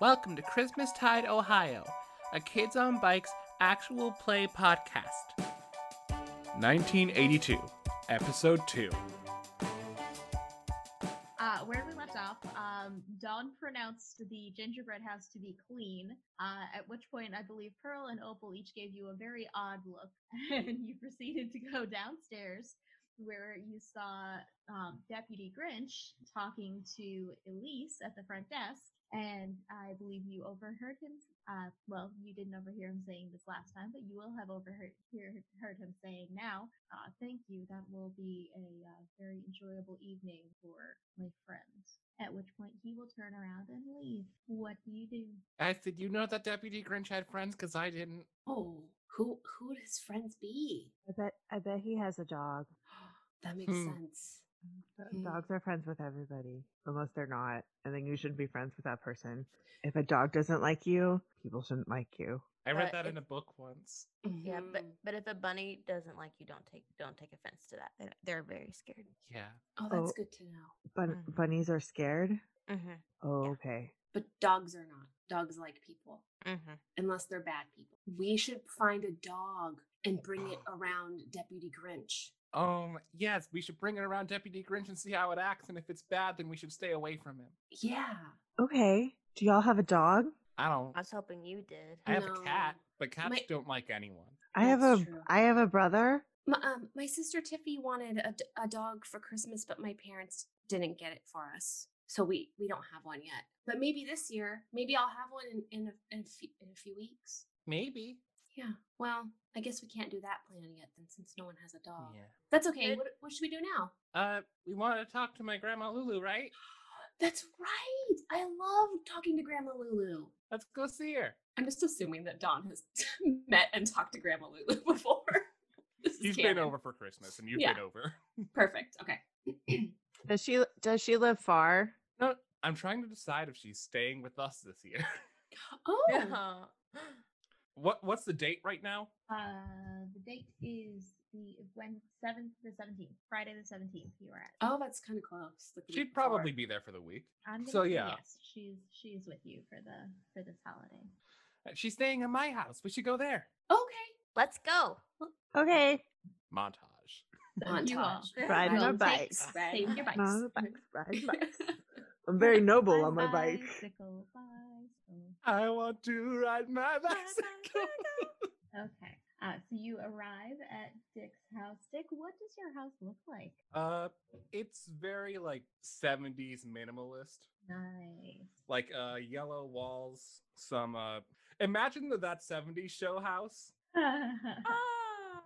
Welcome to Christmastide, Ohio, a Kids on Bikes actual play podcast. 1982, Episode 2. Uh, where we left off, um, Dawn pronounced the gingerbread house to be clean, uh, at which point I believe Pearl and Opal each gave you a very odd look, and you proceeded to go downstairs where you saw um, Deputy Grinch talking to Elise at the front desk, and I believe you overheard him. Uh, well, you didn't overhear him saying this last time, but you will have overheard hear, heard him saying now. Uh, thank you. That will be a uh, very enjoyable evening for my friends. At which point he will turn around and leave. What do you do? Guys, did you know that Deputy Grinch had friends? Because I didn't. Oh, who who would his friends be? I bet I bet he has a dog. That makes Hmm. sense. D- Mm. Dogs are friends with everybody, unless they're not, and then you shouldn't be friends with that person. If a dog doesn't like you, people shouldn't like you. I read Uh, that in it- a book once. Yeah, but Mhm. but if a bunny doesn't like you, don't take don't take offense to that. They're, they're very scared. Yeah. oh, that's oh. good to know. Bun- Mhm. Bunnies are scared. Mm-hmm. Oh, okay. But dogs are not. Dogs like people Mm-hmm. unless they're bad people. We should find a dog and bring it around Deputy Grinch. Um, yes, we should bring it around Deputy Grinch and see how it acts, and if it's bad, then we should stay away from him. Yeah, Okay. Do y'all have a dog? I don't. I was hoping you did. I have No. a cat, but cats My- don't like anyone. I have That's a true. I have a brother. my, um, my sister Tiffy wanted a, d- a dog for Christmas, but my parents didn't get it for us, so we we don't have one yet. But maybe this year, maybe I'll have one in in a, in a, few, in a few weeks. Maybe. Yeah. Well, I guess we can't do that plan yet then, since no one has a dog. Yeah. That's okay. Good. What, what should we do now? Uh, we wanted to talk to my grandma Lulu, right? That's right. I love talking to Grandma Lulu. Let's go see her. I'm just assuming that Don has met and talked to Grandma Lulu before. This is You've been canon. over for Christmas, and you've Yeah. been over. Perfect. Okay. Does she does she live far? No, I'm trying to decide if she's staying with us this year. oh, Yeah. What What's the date right now? Uh, the date is the when seventh the seventeenth, Friday the seventeenth. You are at. oh, that's kind of close. like the week She'd before. probably be there for the week. I'm gonna So, say yeah. yes, she's she's with you for the for this holiday. Uh, She's staying at my house. We should go there. Okay. Let's go. Okay. Montage. So you all Montage. Riding will our take- bikes. Take your bikes. Ride bikes, ride bikes. I'm very noble on my bike. Bicycle, bicycle. I want to ride my bicycle. Okay. Uh, so you arrive at Dick's house. Dick, what does your house look like? uh, it's very like 70s minimalist. Nice. Like uh, yellow walls. Some uh, imagine the that 70s show house. Ah,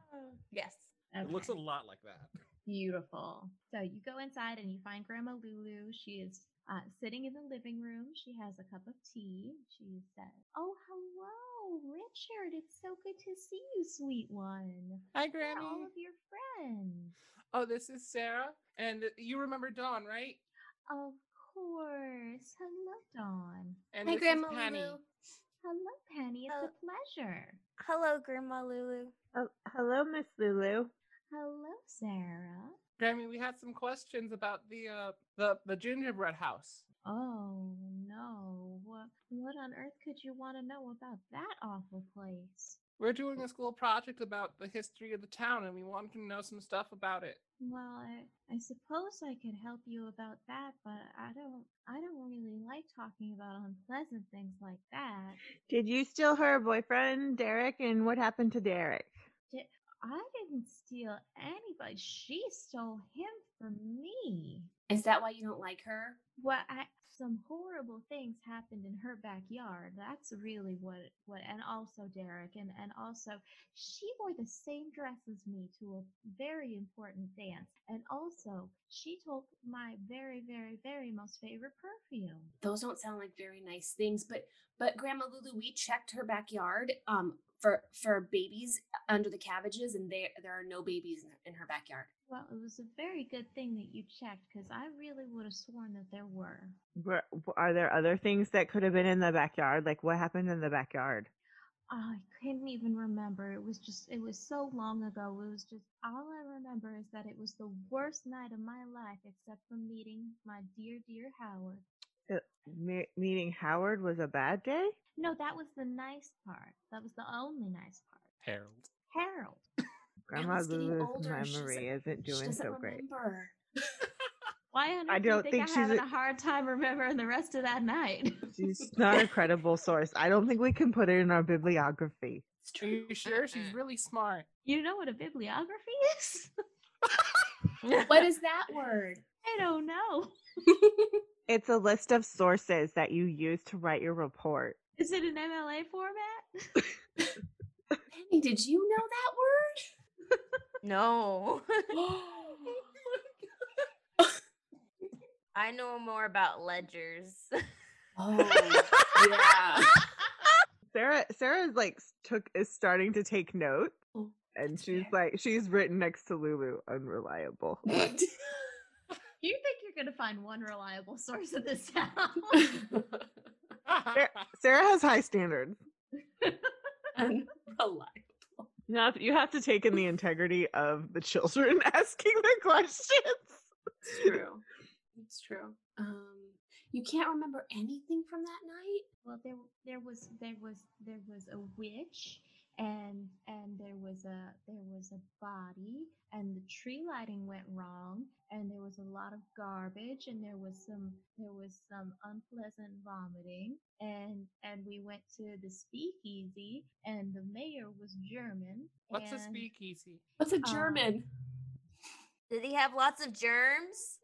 yes. It looks a Okay. lot like that. Beautiful. So you go inside and you find Grandma Lulu. She is uh, sitting in the living room. She has a cup of tea. She says, Oh, hello, Richard. It's so good to see you, sweet one. Hi, Where are all of your friends. Oh, this is Sarah, and uh, you remember Dawn, right? Of course. Hello, Dawn. And Hi, this is Grandma Penny. Lulu. Hello, Penny. It's a pleasure. Hello, Grandma Lulu. Oh, hello, Miss Lulu. Hello, Sarah. Grammy, we had some questions about the uh the the gingerbread house. Oh no. What what on earth could you want to know about that awful place? We're doing a school project about the history of the town, and we wanted to know some stuff about it. Well, I, I suppose I could help you about that, but I don't I don't really like talking about unpleasant things like that. Did you steal her boyfriend, Derek? And what happened to Derek? I didn't steal anybody. She stole him from me. Is that why you don't like her? Well, I, some horrible things happened in her backyard. That's really what what and also Derek and and also she wore the same dress as me to a very important dance. And also, she took my very very very most favorite perfume. Those don't sound like very nice things, but but Grandma Lulu, we checked her backyard um for for babies under the cabbages, and there there are no babies in, in her backyard. Well, it was a very good thing that you checked because I really would have sworn that there were. Were, w- are there other things that could have been in the backyard? Like what happened in the backyard? Oh, I couldn't even remember. It was just, it was so long ago. It was just, all I remember is that it was the worst night of my life, except for meeting my dear, dear Howard. Me- meeting Howard was a bad day? No, that was the nice part. That was the only nice part. Harold. Harold. Grandma was getting Lulu's older and she memory isn't she doing doesn't so great. remember. Why on earth I do you don't think, think I'm she's having a- a hard time remembering the rest of that night? She's not a credible source. I don't think we can put her in our bibliography. It's Are true. you sure? She's really smart. you know what a bibliography is? What is that word? I don't know. It's a list of sources that you use to write your report. Is it an MLA format? Penny, did you know that word? no. I know more about ledgers. oh, yeah. Sarah Sarah's like s- took is starting to take notes. Oh, And that's she's fair. like she's written next to Lulu, unreliable. You think you're going to find one reliable source of this town? Sarah has high standards. Unreliable. Now you have to take in the integrity of the children asking the questions. It's true. It's true. Um, you can't remember anything from that night. well, there, there was, there was, there was a witch, and and there was a, there was a body, and the tree lighting went wrong, and there was a lot of garbage, and there was some, there was some unpleasant vomiting, and and we went to the speakeasy, and the mayor was German. What's a and- speakeasy? What's a Um, German? Did he have lots of germs?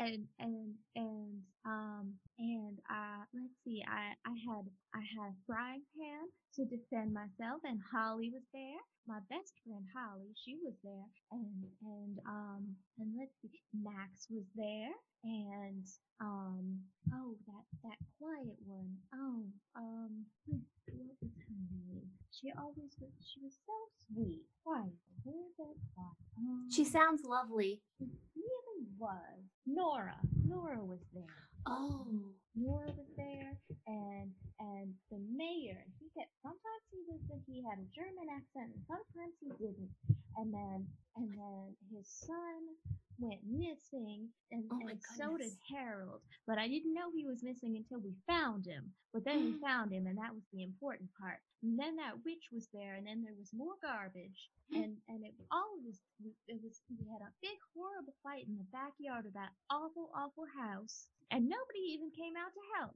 and and and um and uh let's see i i had i had a frying pan to defend myself and holly was there my best friend holly she was there and and um and let's see max was there and um oh that that quiet one oh um hmm, what was her name she always was she was so sweet quiet where that quiet um, She sounds lovely. it really was. Nora. Nora was there. Oh, Nora was there, and and the mayor. He kept sometimes he was he had a German accent, and sometimes he didn't. And then and then his son went missing, and, Oh my and so did goodness. Harold. But I didn't know he was missing until we found him. But then Mm. we found him, and that was the important part. And then that witch was there, and then there was more garbage, and Mm. and it all of this. we- It was we had a big horrible fight in the backyard of that awful awful house, and nobody even came out to help.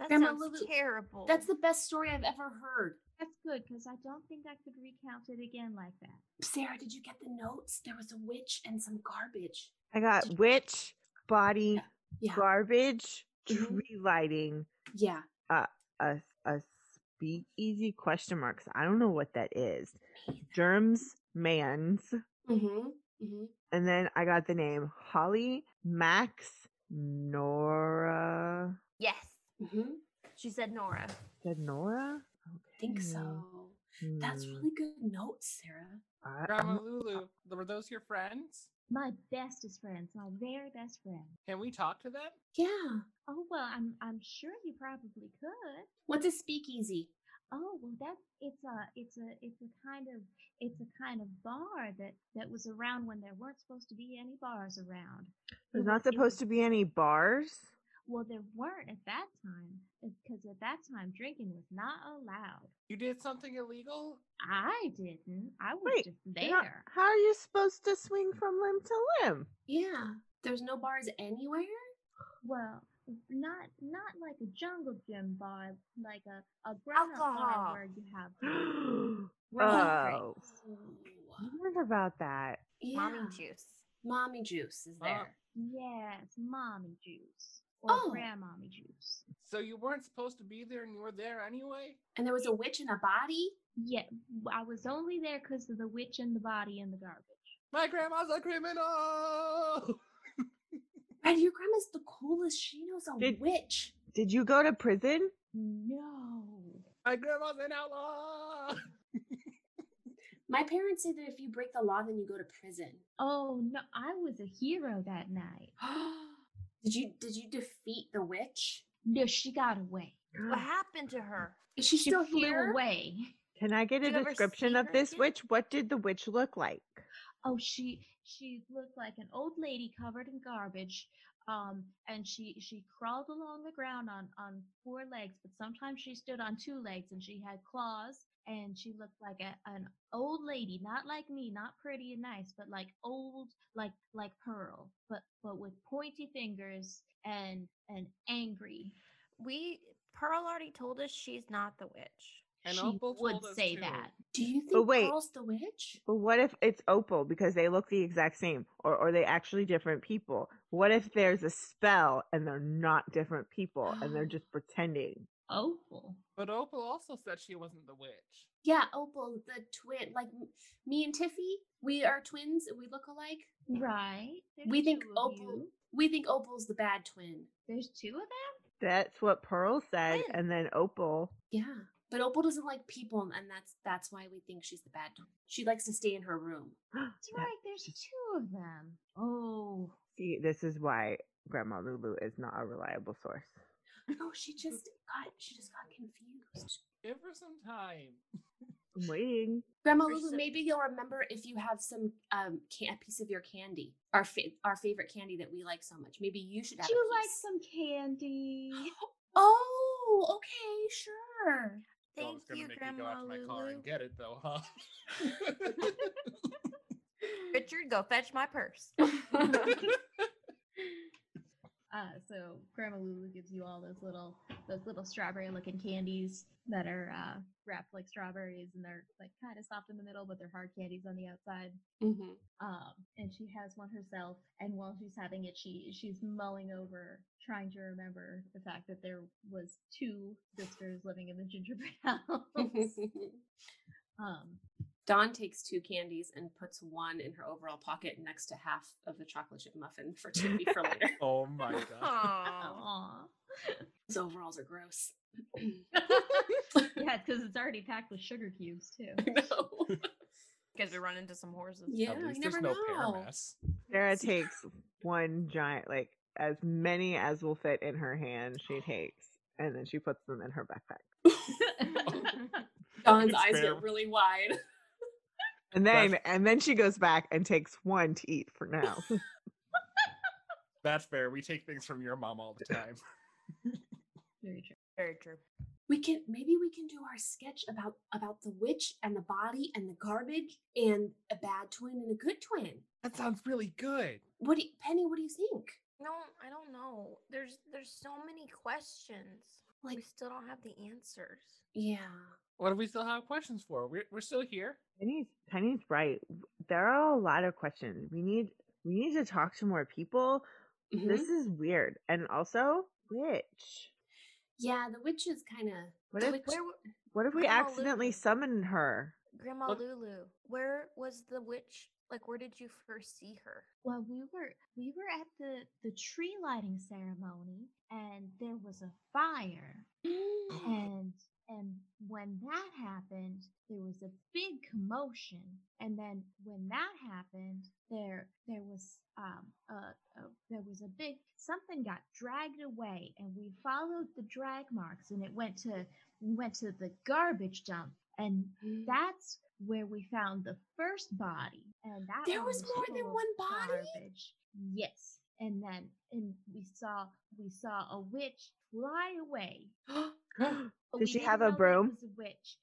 That Grandma sounds Lulu, terrible. that's the best story I've ever heard. That's good because I don't think I could recount it again like that. Sarah, did you get the notes? There was a witch and some garbage. I got witch, body, Yeah, garbage, Mhm. tree lighting, yeah. a a speakeasy question marks. I don't know what that is. Germs, man's, Mm-hmm. Mm-hmm. and then I got the name Holly, Max, Nora. yes. Mm-hmm. She said Nora. Said Nora? I think Okay. so. That's Hmm. really good notes, Sarah. I- Grandma I'm- Lulu, were those your friends? My bestest friends, my very best friend. Can we talk to them? Yeah. Oh well, I'm I'm sure you probably could. What's a speakeasy? Oh well, that's it's a it's a it's a kind of it's a kind of bar that that was around when there weren't supposed to be any bars around. There's not supposed to be any bars. Well, there weren't at that time because at that time drinking was not allowed. You did something illegal? I didn't. I was Wait, just You're there. not- how are you supposed to swing from limb to limb? Yeah. There's no bars anywhere? Well, not not like a jungle gym bar, like a a grown up bar Alcohol. where you have Right. oh, I learned about that. Oh. Yeah. Mommy juice. Mommy juice is Mom- there. yes, mommy juice or Oh. grandmommy juice. So you weren't supposed to be there and you were there anyway? And there was a witch and a body? Yeah, I was only there because of the witch and the body and the garbage. My grandma's a criminal! Red, your grandma's the coolest. She knows a Did- witch. Did you go to prison? No. My grandma's an outlaw! My parents say that if you break the law, then you go to prison. Oh no, I was a hero that night. did you did you defeat the witch? No, she got away. What happened to her? Is she, She still flew here? away. Can I get Did a you ever description see of her this again? witch? What did the witch look like? oh she she looked like an old lady covered in garbage um and she she crawled along the ground on on four legs but sometimes she stood on two legs and she had claws and she looked like a, an old lady not like me not pretty and nice but like old like like pearl but but with pointy fingers and and angry We Pearl already told us she's not the witch. And she Opal would told us say too. that Do you think But wait. Pearl's the witch? But what if it's Opal because they look the exact same, or are they actually different people? What if there's a spell and they're not different people and they're just pretending? opal But Opal also said she wasn't the witch. Yeah, Opal, the twin. Like m- me and Tiffy, we are twins. and We look alike. right There's We think two of Opal. you. We think Opal's the bad twin. there's two of them That's what Pearl said, Lynn. and then Opal. Yeah, but Opal doesn't like people, and that's that's why we think she's the bad twin. She likes to stay in her room. That's right. There's two of them. Oh, See, this is why Grandma Lulu is not a reliable source. No, she just got she just got confused. Give her some time. I'm waiting. Grandma Or Lulu, so- maybe you'll remember if you have some um can- a piece of your candy, our fa- our favorite candy that we like so much. Maybe you should do have. a you like piece. some candy? Oh, okay, sure. Thank Dog's gonna you, make me go Grandma out to my car Lulu. and get it though, huh? Richard, go fetch my purse. Mm-hmm. Uh, so Grandma Lulu gives you all those little those little strawberry looking candies that are uh, wrapped like strawberries and they're like kind of soft in the middle, but they're hard candies on the outside. Mhm. Um, and she has one herself. And while she's having it, she she's mulling over, trying to remember the fact that there was two sisters living in the gingerbread house. um, Dawn takes two candies and puts one in her overall pocket next to half of the chocolate chip muffin for Tiffy for later. oh my god. Aw. aw. His overalls are gross. Yeah, because it's already packed with sugar cubes too. I know. Because we run into some horses. Yeah, At you least there's never no know. pear mess. Sarah takes one giant, like as many as will fit in her hand, she takes, and then she puts them in her backpack. Dawn's It's eyes fair. get really wide. And then, That's- and then she goes back and takes one to eat for now. That's fair. We take things from your mom all the time. Very true. Very true. We can maybe we can do our sketch about about the witch and the body and the garbage and a bad twin and a good twin. That sounds really good. What do you, Penny? What do you think? No, I don't know. There's there's so many questions. Like we Like- still don't have the answers. Yeah, What do we still have questions for? We're, we're still here. Penny's Penny's right. There are a lot of questions. We need we need to talk to more people. Mhm. This is weird, and also which. yeah. The witch is kind of. What if Where w- what if we Grandma accidentally Lulu. summon her? Grandma Look- Lulu, where was the witch? Like where did you first see her? Well, we were we were at the the tree lighting ceremony, and there was a fire, Mm-hmm. and and when that happened, there was a big commotion, and then when that happened, there there was um a, a there was a big something got dragged away, and we followed the drag marks, and it went to went to the garbage dump, and that's where we found the first body and that There one was more than full of one body? garbage. yes and then and we saw we saw a witch fly away but Did we she didn't have a know that it broom? was a witch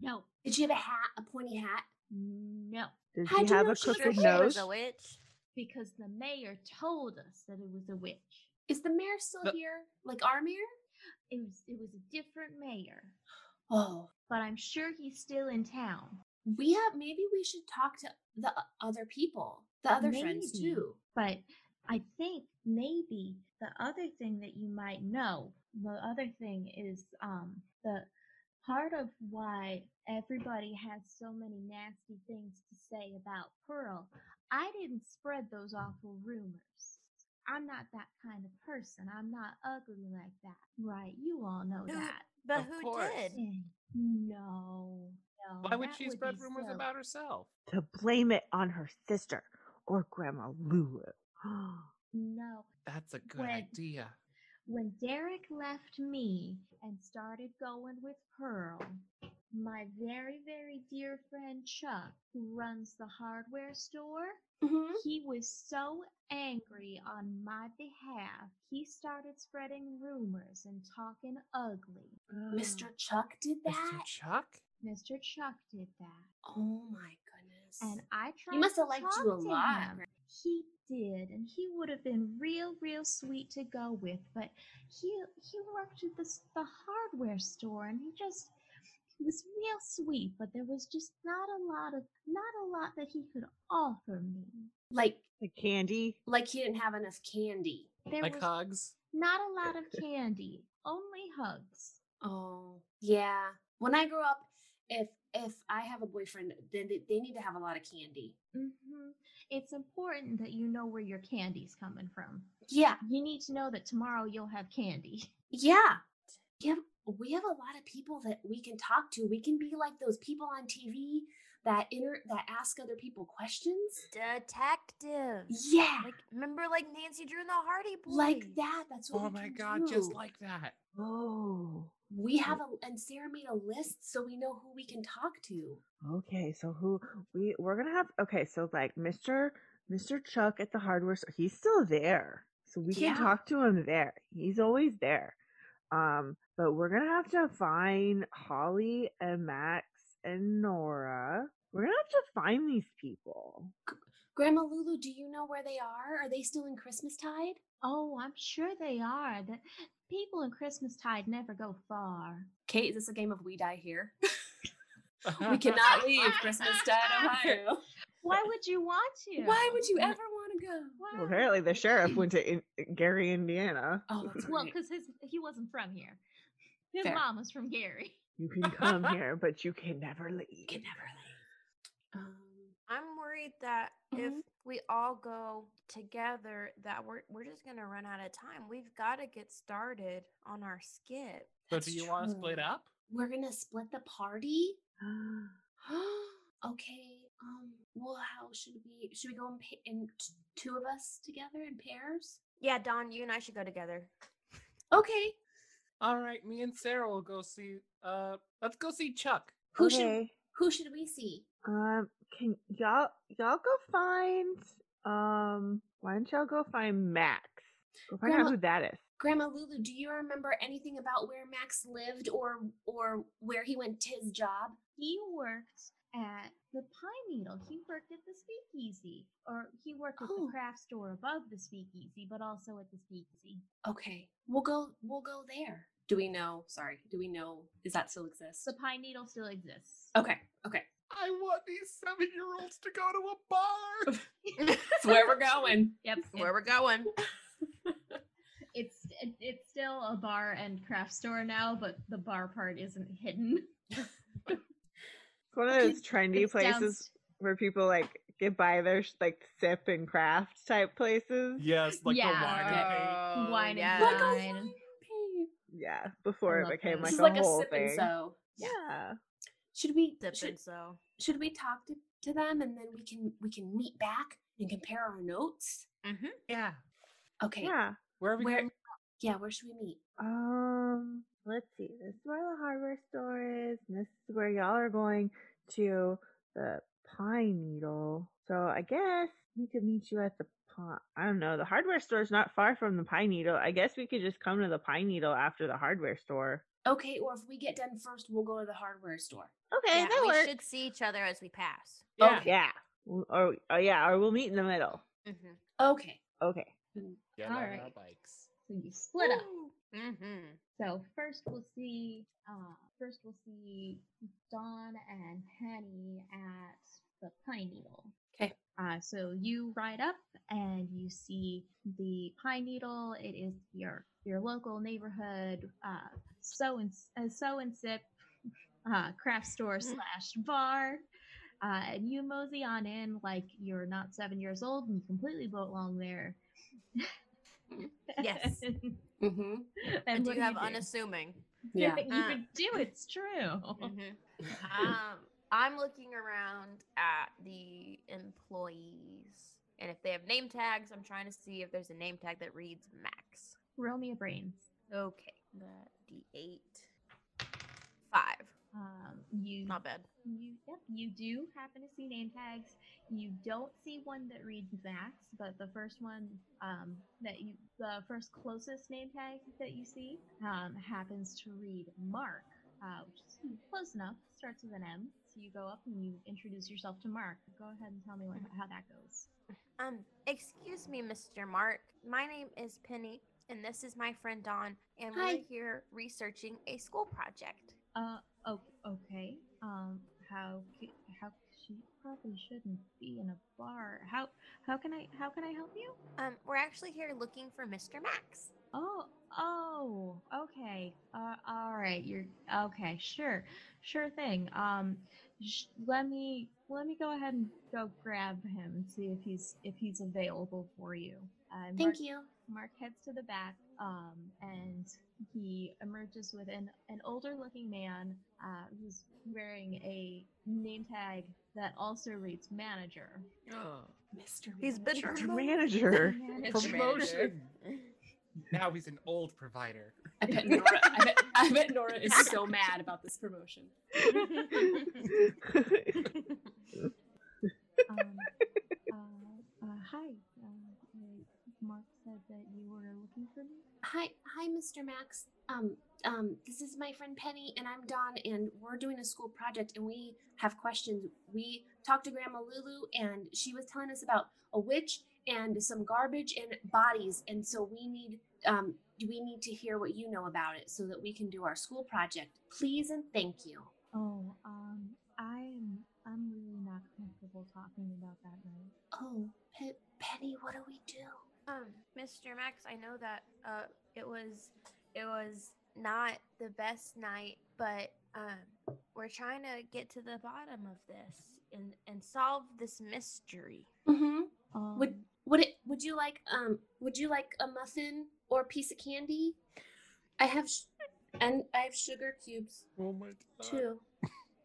no Did she have a hat, a pointy hat? no Does How'd she you have know a she was Sure, crooked she a nose? was a witch. because the mayor told us that it was a witch Is the mayor still The- here? Like our mayor? it was it was a different mayor Oh, but i'm sure he's still in town we have. Maybe we should talk to the o- other people, the other friends Maybe. too. But I think maybe the other thing that you might know, the other thing is um, the part of why everybody has so many nasty things to say about Pearl. I didn't spread those awful rumors. I'm not that kind of person. I'm not ugly like that. Right. You all know No, that. But Of who course. did? Eh, No. no Why would Oh, that she be spread rumors silly. about herself? To blame it on her sister or Grandma Lulu. No. That's a good When- idea. when Derek left me and started going with Pearl, my very, very dear friend Chuck, who runs the hardware store, Mm-hmm. he was so angry on my behalf, he started spreading rumors and talking ugly. Mr. Chuck did that. Mr. Chuck? Mr. Chuck did that. Oh my goodness. And I tried must to have liked talk you a to lot, him. right? He did, and he would have been real, real sweet to go with, but he he worked at this the hardware store and he just he was real sweet, but there was just not a lot of not a lot that he could offer me. like The candy. like he didn't have enough candy. There Like was hugs? not a lot of candy, only hugs. Oh yeah. When I grow up, if if I have a boyfriend, then they, they need to have a lot of candy. hmm It's important that you know where your candy's coming from. Yeah, You need to know that tomorrow you'll have candy. yeah. We have we have a lot of people that we can talk to. We can be like those people on TV that inter that ask other people questions. Detective. Yeah, Like remember like Nancy Drew and the Hardy Boys. like that. That's what. Oh we my can god, just do. like that. Oh. we have a and Sarah made a list so we know who we can talk to. Okay, so who we we're gonna have? Okay, so like Mr. Mr. Chuck at the hardware store, he's still there, so we Yeah. can talk to him there. He's always there. Um, but we're gonna have to find Holly and Max and Nora. We're gonna have to find these people. Grandma Lulu, do you know where they are? Are they still in Christmastide? Oh, I'm sure they are. That people in Christmastide never go far. Kate, is this a game of We Die Here? we cannot leave Christmastide, Ohio. Why would you want to? Why would you ever want to go? Well, apparently the Why? sheriff went to in- Gary, Indiana. Oh, that's Well, right. because his he wasn't from here. His Fair. mom was from Gary. You can come here, but you can never leave. You can never leave. Um, I'm worried that if Mhm. we all go together that we're we're just gonna run out of time. We've gotta get started on our skip. So that's do you want to split true. up? We're gonna split the party. okay. Um. Well, how should we? Should we go in, pa- in t- two of us together in pairs? Yeah, Don, you and I should go together. Okay. All right, me and Sarah will go see uh let's go see Chuck. Who should Who should we see? Um, can y'all y'all go find um? Why don't y'all go find Max? Go find Grandma- out who that is. Grandma Lulu, do you remember anything about where Max lived or or where he went to his job? He worked at the Pine Needle. He worked at the Speakeasy, or he worked at Oh. the craft store above the Speakeasy, but also at the Speakeasy. Okay, we'll go. We'll go there. Do we know? Sorry, do we know? Does that still exist? The Pine Needle still exists. Okay, okay. I want these seven year olds to go to a bar. That's where we're going. Yep, it- we're going. it's it, it's still a bar and craft store now, but the bar part isn't hidden. It's one of Okay, those trendy It's places downst- where people like get by their sh- like sip and craft type places. yes, like Yeah. the wine and wine and Oh, yeah. Like a Fine. wine pig. Yeah, before it love became those. like This is like a a whole sip thing. and so. Yeah. Should we Dip should, and so. should we talk to, to them and then we can we can meet back and compare our notes? Mm-hmm. yeah. Okay. Yeah. Where are we Where going? yeah, where should we meet? Um, let's see. This is where the hardware store is. And this is where y'all are going to the Pine Needle. So I guess we could meet you at the pine. I don't know. The hardware store is not far from the Pine Needle. I guess we could just come to the Pine Needle after the hardware store. Okay, or if we get done first, we'll go to the hardware store. Okay, yeah, that we works. should see each other as we pass. Yeah. Oh, Yeah. Or oh yeah, or we'll meet in the middle. Mm-hmm. Okay. Okay. Get All on our right. bikes. So you split up. Mm-hmm. So first we'll see, uh, first we'll see Dawn and Henny at the Pine Needle. 'Kay. Uh, so you ride up and you see the Pine Needle. It is your your local neighborhood uh, so and S- uh, so and sip uh, craft store Mm. slash bar. Uh, and you mosey on in like you're not seven years old and you completely belong there. Yes. and Mm-hmm. And what you have do? unassuming. Yeah. you Uh. can do it's true Mm-hmm. um, I'm looking around at the employees, and if they have name tags, I'm trying to see if there's a name tag that reads Max. roll me a brains Okay, the D8, five. Um, you Not bad. you yep, you do happen to see name tags. You don't see one that reads Max, but the first one um, that you the first closest name tag that you see um, happens to read Mark, uh, which is close enough. Starts with an M. So you go up and you introduce yourself to Mark. Go ahead and tell me what, how that goes. Um, excuse me, Mr. Mark. My name is Penny, and this is my friend Dawn, and Hi. we're here researching a school project. Uh, oh, okay. Um, how c- how she probably shouldn't be in a bar. How how can I how can I help you? Um, we're actually here looking for Mr. Max. Oh, oh, okay. Uh, all right. You're okay. Sure, sure thing. Um, sh- let me let me go ahead and go grab him and see if he's if he's available for you. Uh, Mark, Thank you. Mark heads to the back, um, and he emerges with an an older looking man uh, who's wearing a name tag that also reads manager. Mr. He's been Manager. promoted. Manager. Manager. Promotion. now he's an old provider. I bet Nora. I bet, I bet Nora is so mad about this promotion. um, uh, uh, hi. Uh, uh, Mark said that you were looking for me. Hi, hi, Mr. Max. Um, um, this is my friend Penny, and I'm Don, and we're doing a school project, and we have questions. We talked to Grandma Lulu, and she was telling us about a witch and some garbage and bodies, and so we need um, we need to hear what you know about it so that we can do our school project. Please and thank you. Oh, um, I'm I'm really not comfortable talking about that right. Oh, Pe- Penny, what do we do? Um, Mr. Max, I know that uh, it was it was not the best night, but um, we're trying to get to the bottom of this and and solve this mystery. Mm-hmm. Um, Would would it would you like um would you like a muffin or a piece of candy? I have sh- and I have sugar cubes Oh my god. too.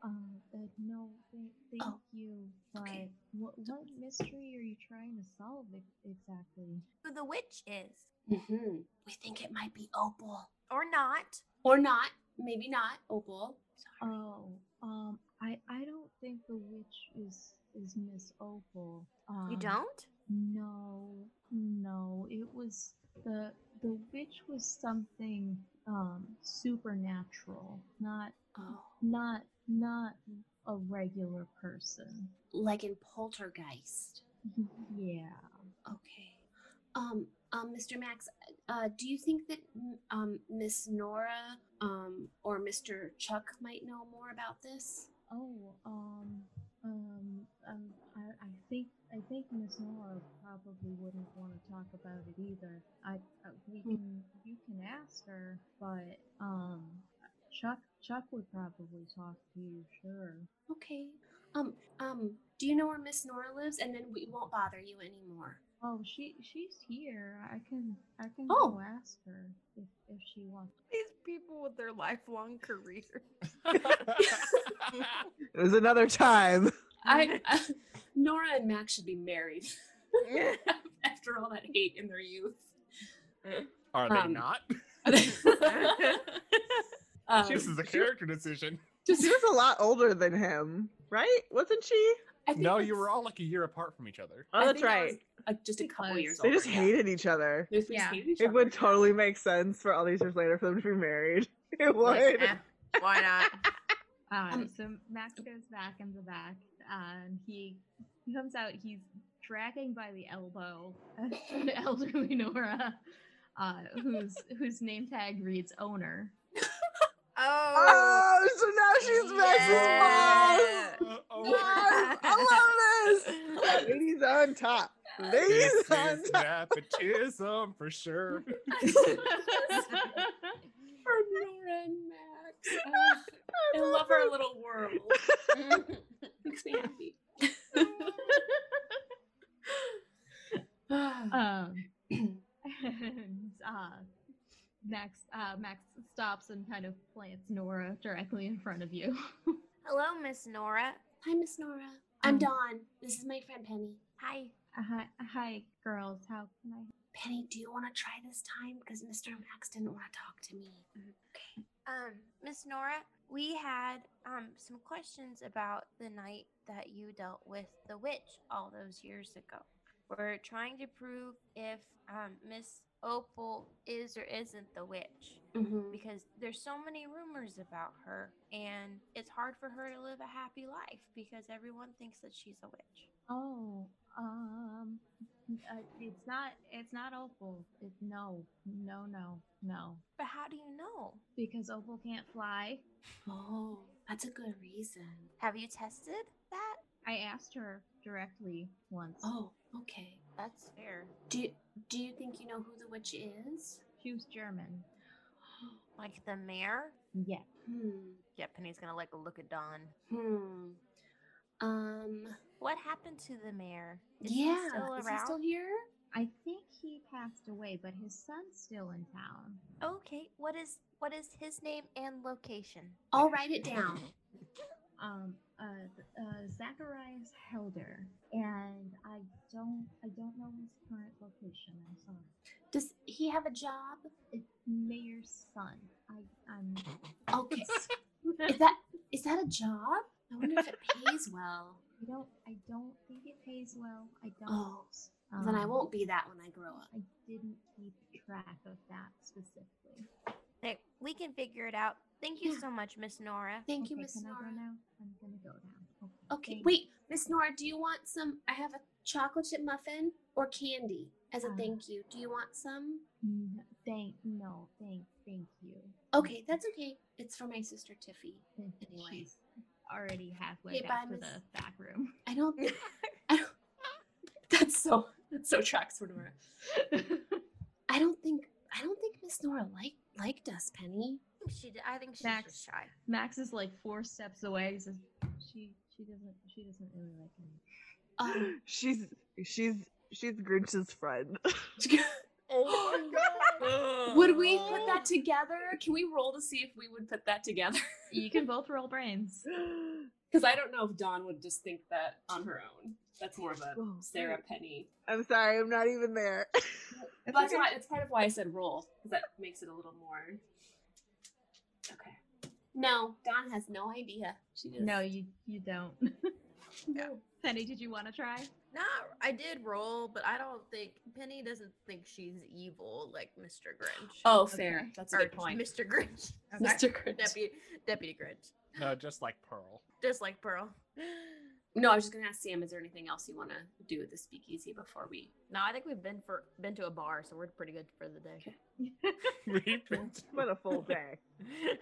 um, uh, no, th- thank Oh, you. But okay. what what mystery are you trying to solve ex- exactly? Who the witch is Mm-hmm. We think it might be Opal or not? or not. Maybe not Opal. Sorry. Oh, um, I I don't think the witch is is Miss Opal. Um, You don't? No, no. It was the the witch was something um supernatural, not oh, not not a regular person. like in Poltergeist. Yeah. Okay. Um, um, Mr. Max, uh, do you think that um Miss Nora um or Mr. Chuck might know more about this? Oh, um um um I, I think I think Miss Nora probably wouldn't want to talk about it either. I uh, we Hmm. can you can ask her, but um Chuck Chuck would probably talk to you, sure. Okay. Um, um, do you know where Miss Nora lives? And then we won't bother you anymore. Oh, she she's here. I can I can Oh. go ask her if if she wants. These people with their lifelong careers. It was another time. I, uh, Nora and Max should be married after all that hate in their youth. Are they Um, not? um, this is a character decision. She was a lot older than him, right? Wasn't she? I think No, you that's- were all like a year apart from each other. Oh, I that's think I right. was, like just a couple Because- years. They just older, yeah. hated each other. They just Yeah. hated each It would other. totally make sense for all these years later for them to be married. It would. Like, eh, why not? All right. Um, so Max goes back in the back, uh, and he he comes out. He's dragging by the elbow an elderly Nora, uh, whose whose name tag reads owner. Oh, Oh, so now she's Max's mom. yeah. Oh, Yes, I love this. Ladies on top. Ladies This on is top. nepotism for sure. For Nora and Max. I love our little world. Makes me happy. um, and uh, Max uh, Max stops and kind of plants Nora directly in front of you. Uh, Hello, Miss Nora. Hi, Miss Nora. I'm Um, Dawn. This is my friend Penny. Hi. hi, hi, girls. How can I Penny, do you want to try this time? Because Mr. Max didn't want to talk to me. Okay. Um, Miss Nora, we had um some questions about the night that you dealt with the witch all those years ago. We're trying to prove if um Miss Opal is or isn't the witch Mm-hmm. because there's so many rumors about her and it's hard for her to live a happy life because everyone thinks that she's a witch. Oh, um, uh, it's not. It's not Opal. It, no, no, no, no. But how do you know? Because Opal can't fly. Oh, that's a good reason. Have you tested that? I asked her directly once. Oh, okay. That's fair. Do you, do you think you know who the witch is? She was German. Like the mayor? Yeah. Hmm. Yeah, Penny's gonna like look at Dawn. Hmm. Um. What happened to the mayor? Is yeah. he still Is he around? still here? I think he passed away, but his son's still in town. okay, what is what is his name and location? I'll write it down. Um, uh, uh, Zacharias Helder, and I don't, I don't know his current location. I'm sorry. Does he have a job? It's Mayor's son. I, I'm. Okay. is that is that a job? I wonder if it pays well. I don't. I don't think it pays well. I don't. Oh, then I um, won't be that when I grow up. I didn't keep track of that specifically. Hey, we can figure it out. Thank you Yeah. so much, Miss Nora. Thank you, Okay, Miss can I Nora. go now? I'm gonna go now. Okay, thank- wait, Miss Nora, do you want some? I have a chocolate chip muffin or candy as a Uh, thank you. Do you want some? No, thank. No. Thank. Thank you. Okay, that's okay. It's for my sister Tiffy. Thank you. Anyway. She's already halfway Okay, back bye, to miss. the back room. I don't. I don't that's so. That's so tracks for Nora. I don't think. I don't think Miss Nora liked liked us, Penny. She did, I think she's Max. just shy. Max is like four steps away. He says, "She. She doesn't. She doesn't really like me." Um, She's she's she's Grinch's friend. Oh would we put that together? Can we roll to see if we would put that together? You can both roll brains. Because I don't know if Dawn would just think that on her own. That's more of a Oh, Sarah right. Penny. I'm sorry, I'm not even there. It's That's okay. why. That's part of why I said roll because that makes it a little more. Okay. No, Dawn has no idea. She just No, you you don't. No. Penny, did you want to try? Nah, I did roll, but I don't think Penny doesn't think she's evil like Mr. Grinch. Oh, fair. Okay. That's a or good point. Mr. Grinch. Mr. Grinch. Deputy, Deputy Grinch. No, just like Pearl. Just like Pearl. No, I was just gonna ask Sam. Is there anything else you want to do with the speakeasy before we? No, I think we've been for been to a bar, so we're pretty good for the day. We've been what a full day.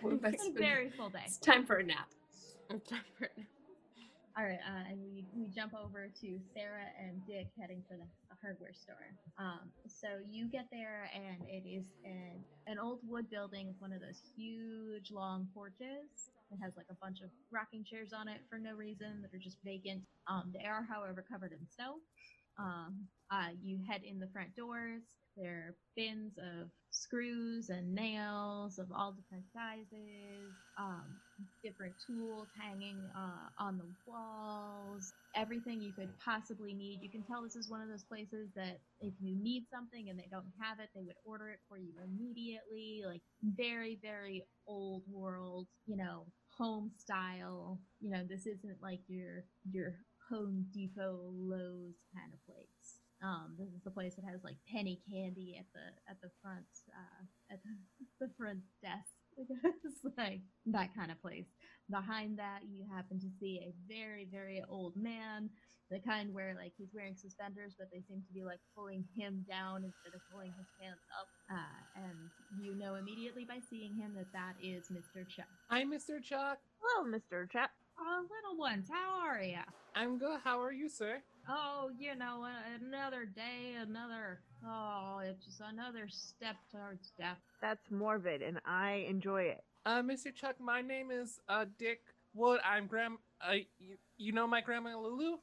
It's a very full day. It's time for a nap. All right, uh, and we, we jump over to Sarah and Dick heading for the hardware store. Um, so you get there, and it is an an old wood building with one of those huge long porches. It has like a bunch of rocking chairs on it for no reason that are just vacant. Um, they are, however, covered in snow. Um, uh, you head in the front doors. There are bins of screws and nails of all different sizes. Um, different tools hanging uh, on the walls, everything you could possibly need. You can tell this is one of those places that if you need something and they don't have it, they would order it for you immediately. Like very, very old world, you know, home style. You know, this isn't like your your Home Depot, Lowe's kind of place. Um, this is the place that has like penny candy at the at the front uh, at the, the front desk. it's like that kind of place. Behind that, you happen to see a very very old man, the kind where like he's wearing suspenders, but they seem to be like pulling him down instead of pulling his pants up. Uh, and you know immediately by seeing him that that is Mr. Chuck. Hi, Mr. Chuck. Hello, Mr. Chap. Oh, little ones, how are ya? I'm good. How are you, sir? Oh, you know, a- another day, another. Oh, it's just another step towards death. That's morbid and I enjoy it. Uh, Mr. Chuck, my name is uh Dick Wood. I'm grand. Uh, you, you know my grandma Lulu?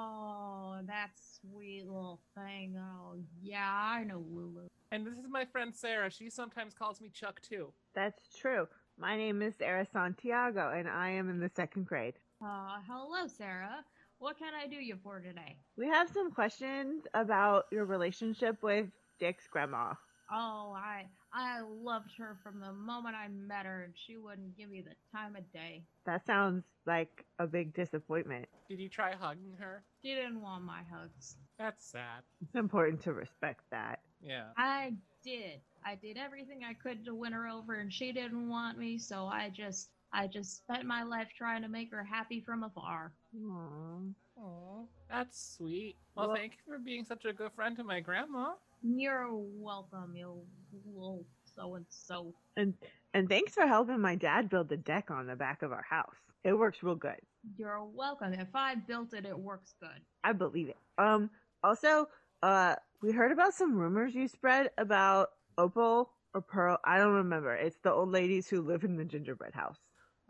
Oh, that sweet little thing. Oh, yeah, I know Lulu. And this is my friend Sarah. She sometimes calls me Chuck too. That's true. My name is Sarah Santiago and I am in the second grade. Uh, hello, Sarah. What can I do you for today? We have some questions about your relationship with dicks, Grandma. Oh, I I loved her from the moment I met her, and she wouldn't give me the time of day. That sounds like a big disappointment. Did you try hugging her? She didn't want my hugs. That's sad. It's important to respect that. Yeah. I did. I did everything I could to win her over, and she didn't want me, so I just I just spent my life trying to make her happy from afar. Aww. Aw, that's sweet. Well, Well- thank you for being such a good friend to my grandma. You're welcome, you little so and so. And and thanks for helping my dad build the deck on the back of our house. It works real good. You're welcome. If I built it, it works good. I believe it. Um also, uh we heard about some rumors you spread about Opal or Pearl. I don't remember. It's the old ladies who live in the gingerbread house.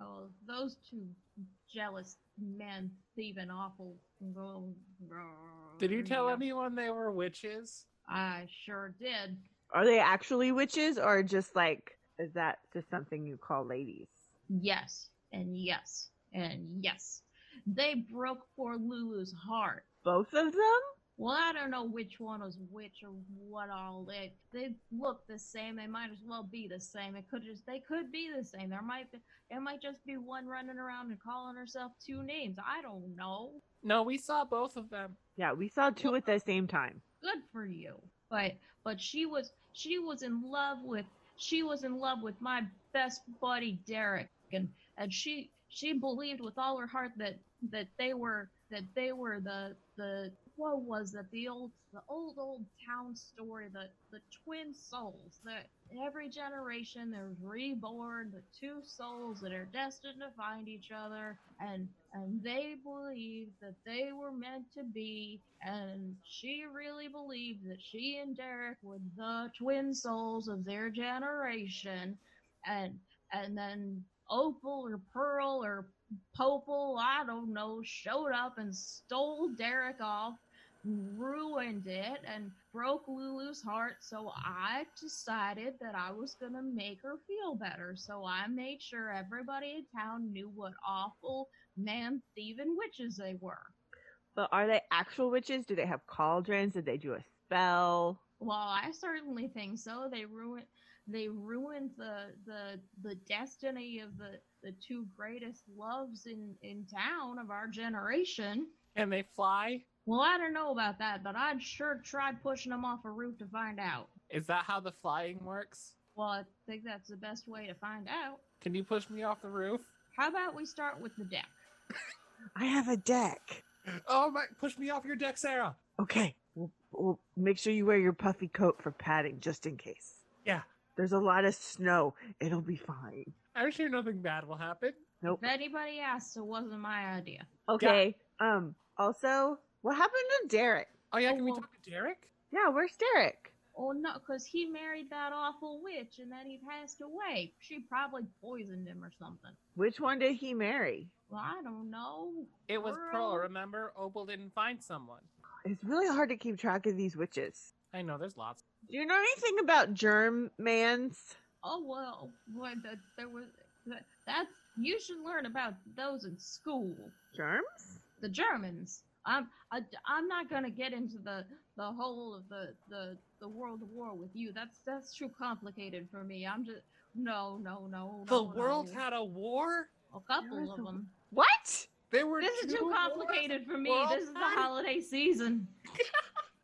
Oh, those two jealous men, thieving awful. Did you tell anyone they were witches? I sure did. Are they actually witches or just like is that just something you call ladies? Yes, and yes, and yes. They broke poor Lulu's heart. Both of them? Well, I don't know which one was which or what all they they look the same. They might as well be the same. It could just they could be the same. There might be it might just be one running around and calling herself two names. I don't know. No, we saw both of them. Yeah, we saw two at the same time. Good for you. But but she was she was in love with she was in love with my best buddy Derek and and she she believed with all her heart that that they were that they were the the what was that the old the old old town story the the twin souls that every generation they're reborn the two souls that are destined to find each other and and they believed that they were meant to be and she really believed that she and Derek were the twin souls of their generation and and then Opal or Pearl or Popal, I don't know, showed up and stole Derek off, ruined it, and broke Lulu's heart. So I decided that I was going to make her feel better. So I made sure everybody in town knew what awful man thieving witches they were. But are they actual witches? Do they have cauldrons? Did they do a spell? Well, I certainly think so. They ruined they ruined the the the destiny of the the two greatest loves in in town of our generation. And they fly? Well, I don't know about that, but I'd sure tried pushing them off a roof to find out. Is that how the flying works? Well, I think that's the best way to find out. Can you push me off the roof? How about we start with the deck? I have a deck. Oh my, push me off your deck, Sarah. Okay. We'll, we'll make sure you wear your puffy coat for padding just in case. Yeah. There's a lot of snow. It'll be fine. I'm sure nothing bad will happen. Nope. If anybody asks, it wasn't my idea. Okay. Um, also, what happened to Derek? Oh, yeah, can we Oh. talk to Derek? Yeah, where's Derek? Oh no, because he married that awful witch and then he passed away. She probably poisoned him or something. Which one did he marry? Well, I don't know. It was Pearl, Pearl. remember? Opal didn't find someone. It's really hard to keep track of these witches. I know, there's lots. Do you know anything about germ mans? Oh well, boy, that there was that, that's you should learn about those in school. Germs? The Germans. I'm I, I'm not gonna get into the the whole of the the the world war with you. That's that's too complicated for me. I'm just no no no. The no, world no. had a war? a There was couple a- of them. What? There were This is two too wars? complicated for me. world This is the had- holiday season.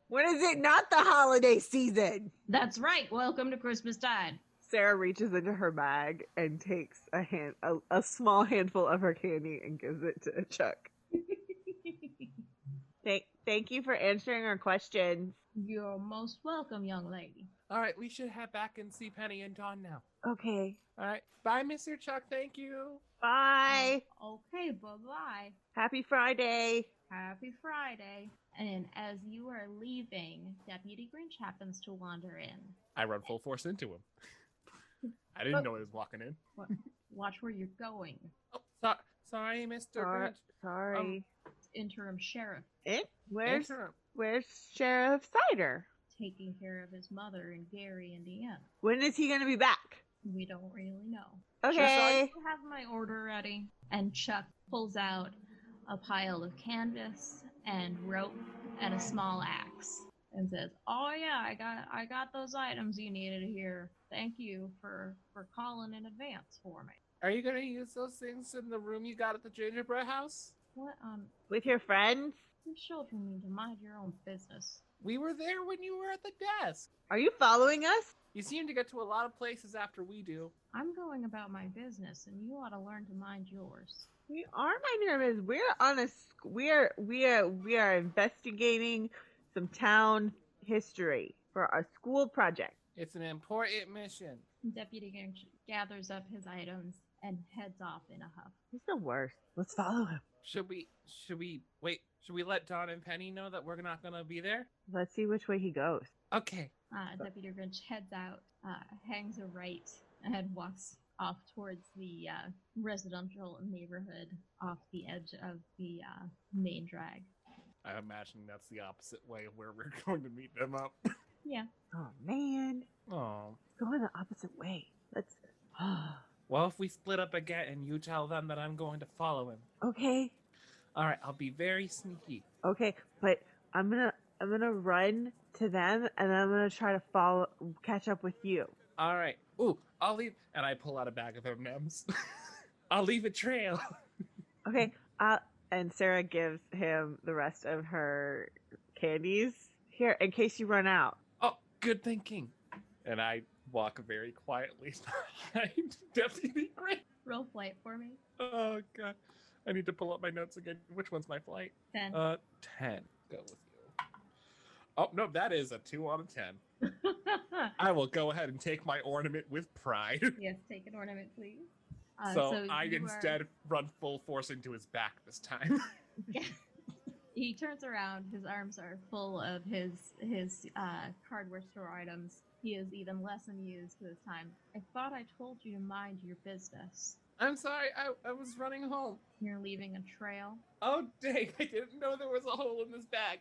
When is it not the holiday season? That's right. Welcome to Christmas Tide. Sarah reaches into her bag and takes a hand, a, a small handful of her candy, and gives it to Chuck. Thank, thank you for answering our questions. You're most welcome, young lady. All right, we should head back and see Penny and Dawn now. Okay, All right, bye, Mr. Chuck. Thank you. bye. Okay, bye bye. Happy Friday. Happy Friday. And as you are leaving, Deputy Grinch happens to wander in. I run full force into him. I didn't know he was walking in. Wa- Watch where you're going. Oh, so- sorry, Mr. Sor- Grinch. sorry. Interim sheriff it? Um, eh, Where's Interim. Where's Sheriff Cider? taking care of his mother in Gary, Indiana. When is he gonna be back? We don't really know. Okay. I have my order ready. And Chuck pulls out a pile of canvas and rope and a small axe. and says, "Oh yeah, I got I got those items you needed here. Thank you for for calling in advance for me." Are you gonna use those things in the room you got at the gingerbread house? What um, With your friends? you children need to mind your own business. We were there when you were at the desk. Are you following us? You seem to get to a lot of places after we do. I'm going about my business, and you ought to learn to mind yours. We are minding our business. We're on a s- we're we are we are investigating some town history for a school project. It's an important mission. Deputy Gang- gathers up his items and heads off in a huff. He's the worst. Let's follow him. Should we? Should we? Wait. Should we let Don and Penny know that we're not gonna be there? Let's see which way he goes. Okay. Uh, Deputy Grinch heads out, uh, hangs a right, and walks off towards the uh, residential neighborhood off the edge of the uh, main drag. I'm imagining that's the opposite way of where we're going to meet them up. Oh man, Oh. he's going the opposite way. Let's. Well, if we split up again and you tell them that I'm going to follow him. okay, All right, I'll be very sneaky. okay, but I'm gonna I'm gonna run to them and I'm gonna try to follow catch up with you. All right. Ooh, I'll leave. And I pull out a bag of M&Ms. I'll leave a trail. Okay. Uh, and Sarah gives him the rest of her candies here in case you run out. Oh, good thinking. And I walk very quietly behind Deputy Gray. Roll flight for me. Oh god. I need to pull up my notes again. Which one's my flight? Then Uh, ten. Go with you. Oh no, that is a two out of ten. I will go ahead and take my ornament with pride. yes, take an ornament, please. Uh, so, I you are- instead run full force into his back this time. he turns around. His arms are full of his his uh, hardware store items. He is even less amused this time. I thought I told you to mind your business. I'm sorry, I, I was running home. You're leaving a trail. Oh dang, I didn't know there was a hole in this bag.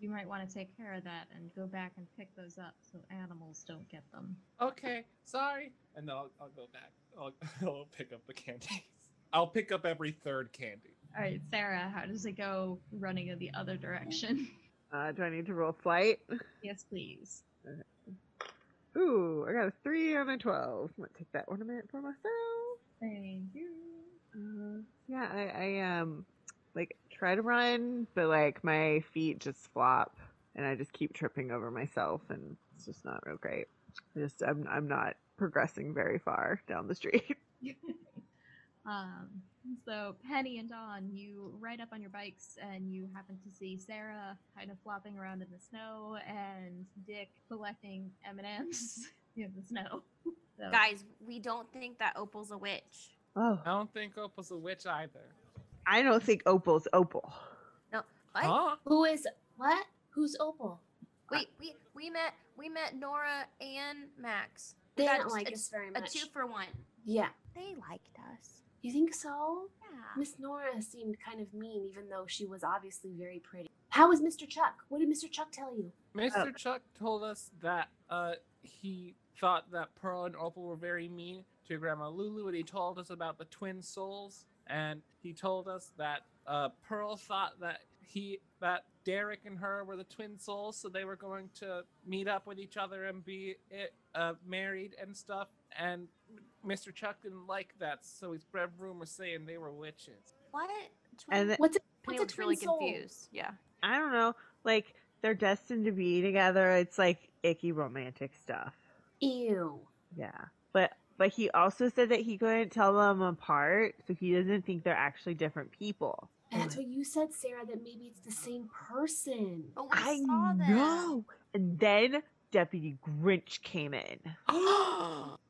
You might want to take care of that and go back and pick those up so animals don't get them. Okay, sorry. And then I'll, I'll go back. I'll, I'll pick up the candies. I'll pick up every third candy. All right, Sarah, how does it go running in the other direction? Uh, do I need to roll flight? yes, please. Ooh, I got a three on a twelve. I'm gonna take that ornament for myself. Thank you. Uh, yeah, I, I um like try to run, but like my feet just flop, and I just keep tripping over myself, and it's just not real great. I just I'm I'm not progressing very far down the street. um, so, Penny and Dawn, you ride up on your bikes and you happen to see Sarah kind of flopping around in the snow and Dick collecting M&Ms in the snow. So, Guys, we don't think that Opal's a witch. Oh, I don't think Opal's a witch either. I don't think Opal's Opal. What? Huh? Who is what? Who's Opal? Wait, we we met we met Nora and Max. We They got don't a- like a- us very a much. two for one. yeah. They liked us. You think so? Yeah. Miss Nora seemed kind of mean, even though she was obviously very pretty. How was Mr. Chuck? What did Mr. Chuck tell you? Mr. Chuck told us that uh, he thought that Pearl and Opal were very mean to Grandma Lulu, and he told us about the twin souls, and he told us that uh, Pearl thought that he that Derek and her were the twin souls, so they were going to meet up with each other and be uh, married and stuff. And Mr. Chuck didn't like that, so he spread rumors saying they were witches. What? And Twin- th- What's a, what's Penny a was twin really soul? confused. Yeah. I don't know. Like they're destined to be together. It's like icky romantic stuff. Ew. Yeah. But but he also said that he couldn't tell them apart, so he doesn't think they're actually different people. And that's what you said, Sarah, that maybe it's the same person. Oh, But we I saw them. know. And then Deputy Grinch came in.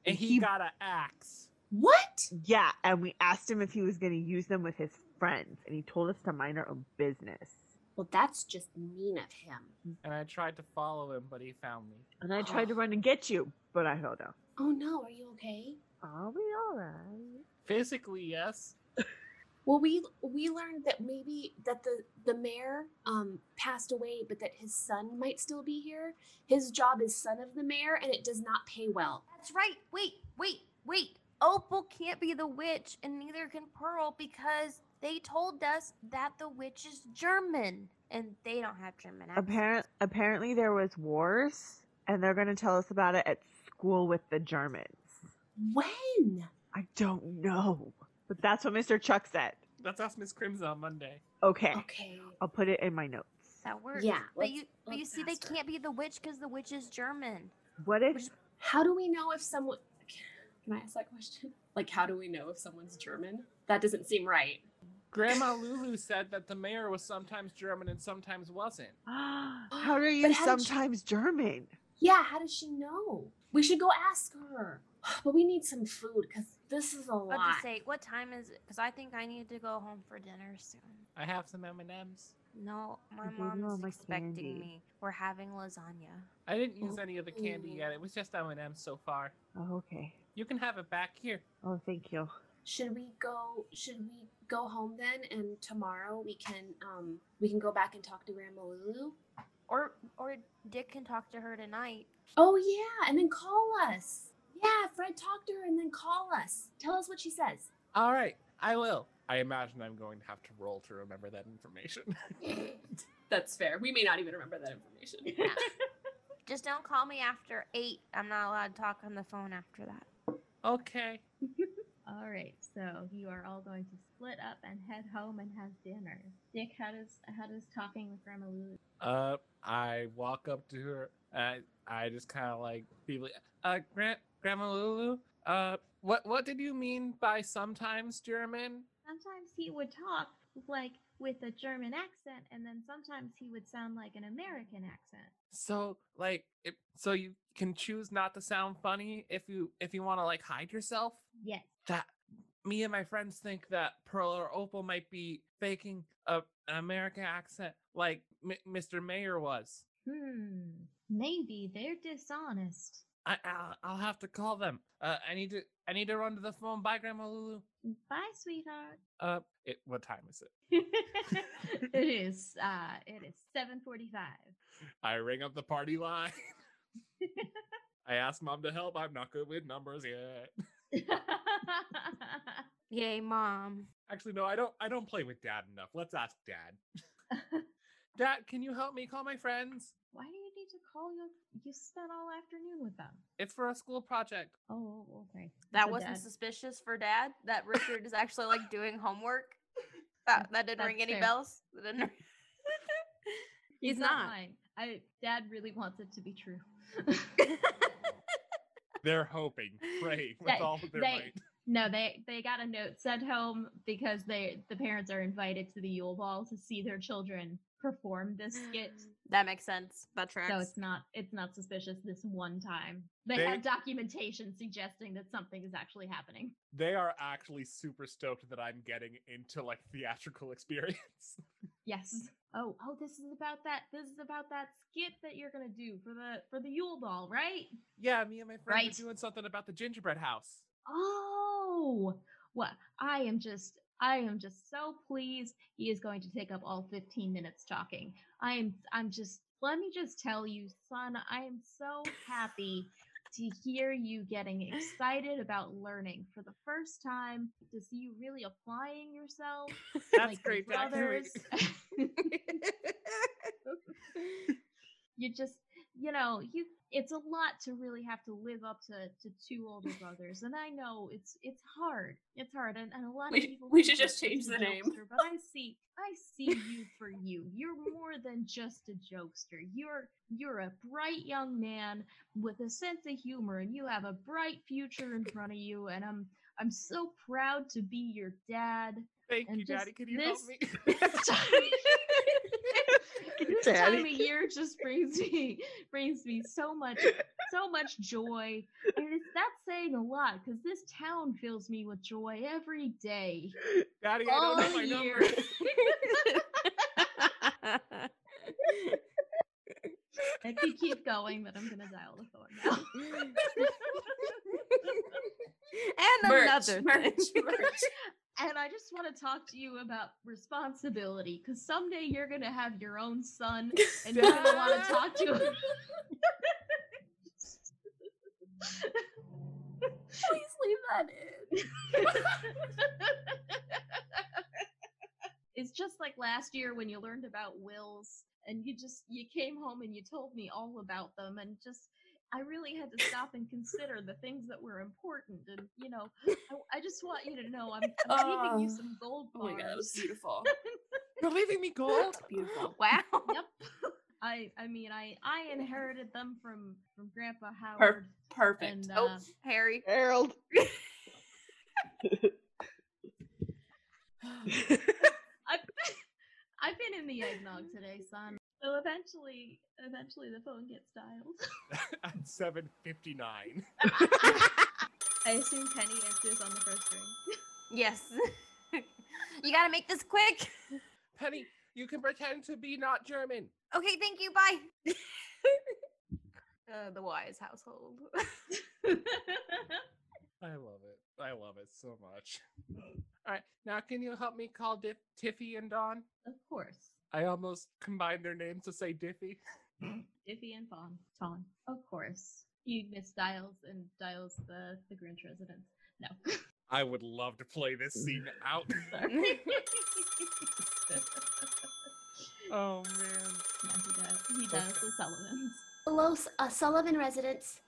And he, He- got an axe. What? Yeah, and we asked him if he was going to use them with his friends, and he told us to mind our own business. Well, that's just mean of him. And I tried to follow him, but he found me. And I tried to run and get you, but I held out. Oh no, are you okay? Are we all right? Physically, yes. Well, we we learned that maybe that the the mayor um passed away, but that his son might still be here. His job is son of the mayor, and it does not pay well. That's right. Wait, wait, wait. Opal can't be the witch, and neither can Pearl because they told us that the witch is German. and they don't have German accents. Apparent, apparently, there was wars, and they're going to tell us about it at school with the Germans. When? I don't know, but that's what Mr. Chuck said. Let's ask Miss Crimson on Monday. Okay, Okay. I'll put it in my notes. That works. Yeah, but let's- you but let's you see, they ask her. can't be the witch because the witch is German. What if? How do we know if someone? Can I ask that question? Like, how do we know if someone's German? That doesn't seem right. Grandma Lulu said that the mayor was sometimes German and sometimes wasn't. How are you But how did you- sometimes German? Yeah, how does she know? We should go ask her. But we need some food because this is a I'll lot. just say, what time is it? Because I think I need to go home for dinner soon. I have some M&Ms. No, my I gave you all mom's my expecting candy. me. We're having lasagna. I didn't use any of the candy Ooh. yet. It was just M&Ms so far. Oh, okay. You can have it back here. Oh, thank you. should we go? Should we go home then? And tomorrow we can um we can go back and talk to Grandma Lulu. Or or Dick can talk to her tonight. Oh yeah, and then call us. Yeah, Fred, talk to her and then call us. Tell us what she says. All right, I will. I imagine I'm going to have to roll to remember that information. That's fair. We may not even remember that information. Just don't call me after eight. I'm not allowed to talk on the phone after that. okay. All right, so you are all going to split up and head home and have dinner. Dick, how does how does talking with Grandma Lulu? Uh, I walk up to her. And I I just kind of like feebly. Uh, Grant, Grandma Lulu. Uh, what what did you mean by sometimes German? Sometimes he would talk like with a German accent, and then sometimes he would sound like an American accent. So like, it, so you can choose not to sound funny if you if you want to like hide yourself. Yes. That me and my friends think that Pearl or Opal might be faking a, an American accent like M- Mr. Mayor was. Hmm. Maybe they're dishonest. I I'll, I'll have to call them. Uh, I need to I need to run to the phone. Bye, Grandma Lulu. Bye, sweetheart. Uh, it, what time is it? it is uh it is 7:45. I ring up the party line. I ask mom to help. I'm not good with numbers yet. Yay, mom. Actually, no, I don't. I don't play with dad enough. Let's ask dad. dad, can you help me call my friends? Why do you need to call your you spent all afternoon with them? It's for a school project. Oh, oh, okay. That So wasn't dad- suspicious for dad. That Richard is actually like doing homework. That that didn't That's ring any fair. bells. That didn't ring- He's not. lying. I dad really wants it to be true. They're hoping, praying with They- all of their they- might. no, they they got a note sent home because they the parents are invited to the Yule Ball to see their children perform this skit. That makes sense. That tracks. So it's not it's not suspicious this one time. They, They- have documentation suggesting that something is actually happening. They are actually super stoked that I'm getting into like theatrical experience. Yes. Oh, oh, this is about that. This is about that skit that you're gonna do for the for the Yule Ball, right? yeah, me and my friends Right. are doing something about the gingerbread house. Oh, what? I am just, I am just so pleased. He is going to take up all 15 minutes talking. I am, I'm just. Let me just tell you, son, I am so happy to hear you getting excited about learning for the first time. To see you really applying yourself. That's like great. Your Dad. Can we- Oh brothers. you just you know you it's a lot to really have to live up to to two older brothers and i know it's it's hard it's hard and, and a lot We of sh- people we think should you're just such a change the name. jokester, but i see i see you for you you're more than just a jokester you're you're a bright young man with a sense of humor and you have a bright future in front of you and i'm i'm so proud to be your dad Thank and you, Daddy. just Can you this- help me? this time Daddy. of year just brings me brings me so much so much joy and it's that's saying a lot because this town fills me with joy every day Daddy, I all don't know my year numbers. if you keep going then i'm gonna dial the phone and Merch, another merch, thing. merch. now and i just want to talk to you about responsibility because someday you're gonna have your own son and you're gonna want to talk to him Please leave that in. Is just like last year when you learned about wills and you just you came home and you told me all about them and just I really had to stop and consider the things that were important and you know I, I just want you to know I'm, I'm leaving you Oh. some gold Oh my god, that was bars. beautiful. You're leaving me gold? Beautiful. Wow. yep. I I mean I I inherited them from from Grandpa Howard Perfect. and Oh, uh, Harry. Harold. I've been, I've been in the eggnog today, son. So eventually, eventually the phone gets dialed. At 7.59. I assume Penny answers on the first ring. Yes. you gotta make this quick. Penny, you can pretend to be not German. Okay, thank you. Bye. Uh, the wise household. I love it. I love it so much. All right, now can you help me call Dif- Tiffy and Don? of course, I almost combined their names to say Diffy. Iffy and Fawn. Fawn. Of course, you miss dials and dials the the Grinch residence. No. I would love to play this scene out. Sorry. no, he, oh man. dial- he dials the Sullivans. Hello, S- uh, Sullivan residence.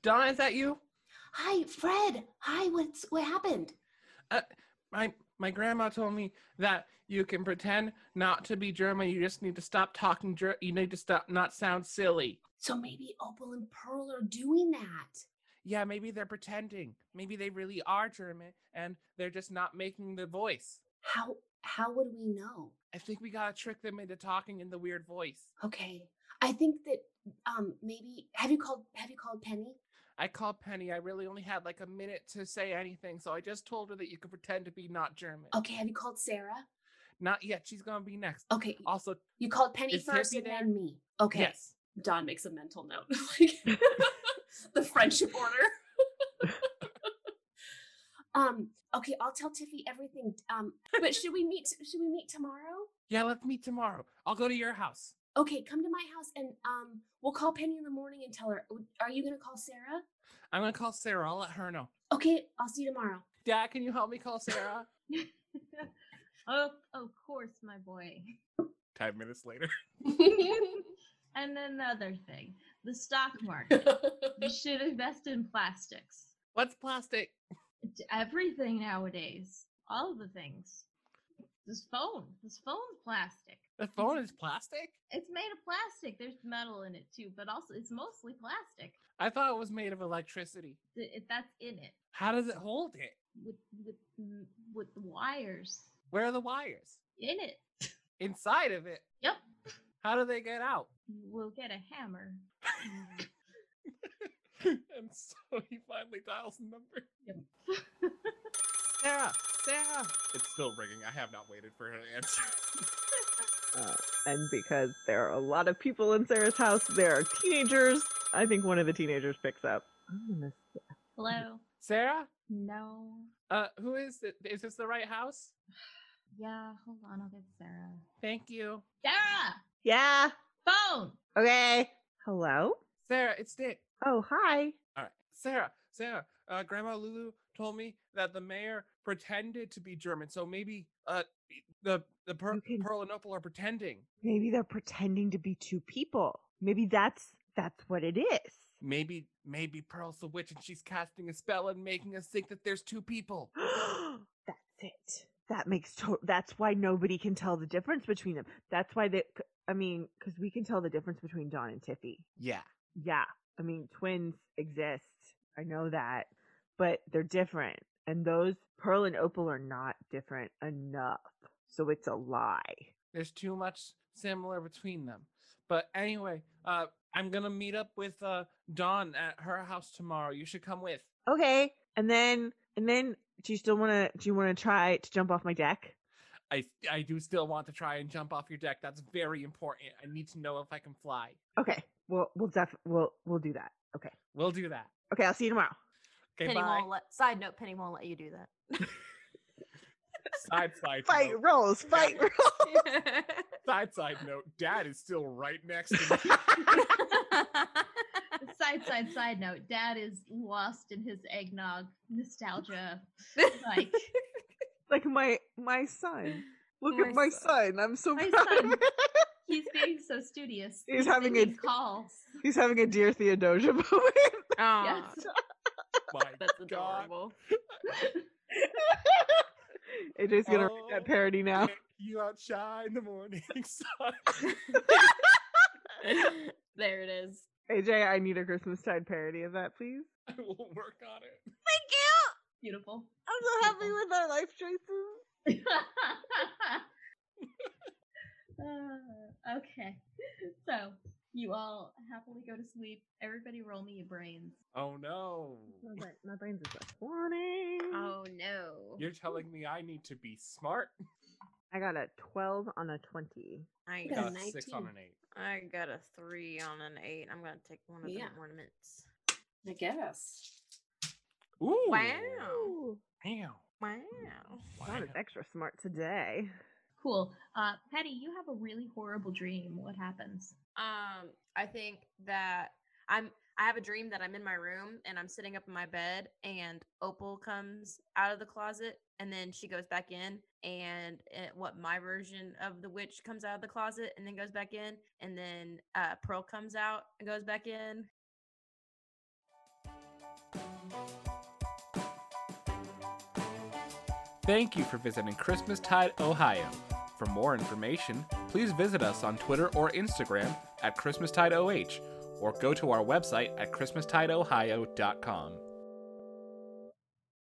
Don, is that you? Hi, Fred. Hi, what's what happened? My my grandma told me that you can pretend not to be German. You just need to stop talking. Ger- you need to stop not sound silly. So maybe Opal and Pearl are doing that. Yeah, maybe they're pretending. Maybe they really are German and they're just not making the voice. How how would we know? I think we gotta trick them into talking in the weird voice. Okay, I think that um maybe have you called have you called Penny? I called Penny. I really only had like a minute to say anything, so I just told her that you could pretend to be not German. Okay, have you called Sarah? Not yet. She's gonna be next. Okay, Also, you called Penny Is first Tiffy and there? then me. Okay, yes. Don makes a mental note, like the friendship order. um. Okay, I'll tell Tiffy everything. Um. But should we meet? Should we meet tomorrow? Yeah, let's meet tomorrow. I'll go to your house. Okay, come to my house and um, we'll call Penny in the morning and tell her. W- Are you gonna call Sarah? I'm gonna call Sarah. I'll let her know. Okay, I'll see you tomorrow. Dad, can you help me call Sarah? oh, of course, my boy. Ten minutes later. and another thing, the stock market. you should invest in plastics. What's plastic? It's everything nowadays. All the things. This phone. This phone's plastic. The phone is plastic? It's made of plastic. There's metal in it too, but also it's mostly plastic. I thought it was made of electricity. Th- it- That's in it How does it hold it? with with m- with the wires Where are the wires? in it. Inside of it. Yep. How do they get out? We'll get a hammer. and so he finally dials the number. Yep. Sarah, Sarah. It's still ringing. I have not waited for her to answer. Uh, and because there are a lot of people in Sarah's house, there are teenagers. I think one of the teenagers picks up. I'm gonna s- Hello. Sarah, No. uh, who is it? Is this the right house? Yeah. Hold on. I'll get Sarah. Thank you, Sarah. Yeah. Phone. Okay. Hello? Sarah. It's Dick. Oh, hi. All right, Sarah, Sarah. Uh, Grandma Lulu told me that the mayor pretended to be German, so maybe uh, the the per- You can- Pearl and Opal are pretending. Maybe they're pretending to be two people. Maybe that's that's what it is. Maybe maybe Pearl's the witch and she's casting a spell and making us think that there's two people. that's it. That makes to- that's why nobody can tell the difference between them. That's why they I mean, cuz we can tell the difference between Don and Tiffy. Yeah. Yeah. I mean, twins exist. I know that. But they're different. And those Pearl and Opal are not different enough. So it's a lie. there's too much similar between them. But anyway, uh, I'm gonna meet up with uh, Dawn at her house tomorrow. You should come with. Okay. And then and then do you still want to do you want to try to jump off my deck? I I do still want to try and jump off your deck. That's very important. I need to know if I can fly. Okay. We'll we'll def we'll we'll do that. Okay. We'll do that. Okay, I'll see you tomorrow. Okay, Penny bye. won't let. Side note: Penny won't let you do that. Side side Fight note. rolls. Fight rolls. Side side note. Dad is still right next to me. side side side note dad is lost in his eggnog nostalgia like Like my my son Look My at my son. son. I'm so My proud of son. him. He's being so studious. He's having a- making calls. He's having a dear Theodosia moment. Yes. Ah, My that's God. adorable. AJ's gonna write Oh. that parody now. Can't You outshine the morning sun. there it is. AJ, I need a Christmas tide parody of that, please. I will work on it. Thank you. Beautiful. I'm so happy Beautiful. with our life choices. Uh, okay. So you all happily go to sleep. Everybody roll me your brains. Oh no. My, brain, my brain's just like, wanting. Oh no. You're telling me I need to be smart? I got a 12 on a 20. Got I a got, Got uh, six on an eight. I got a three on an eight. I'm gonna take one of Yeah. the ornaments. I guess. Ooh. Wow! Ooh, Damn. Wow! God, it's extra smart today. Cool. Uh, Patty, you have a really horrible dream. What happens? Um, I think that I'm. I have a dream that I'm in my room and I'm sitting up in my bed, and Opal comes out of the closet, and then she goes back in, and uh what my version of the witch comes out of the closet and then goes back in, and then uh, Pearl comes out and goes back in, Thank you for visiting Christmastide, Ohio. For more information, please visit us on Twitter or Instagram at ChristmastideOH or go to our website at ChristmastideOhio.com.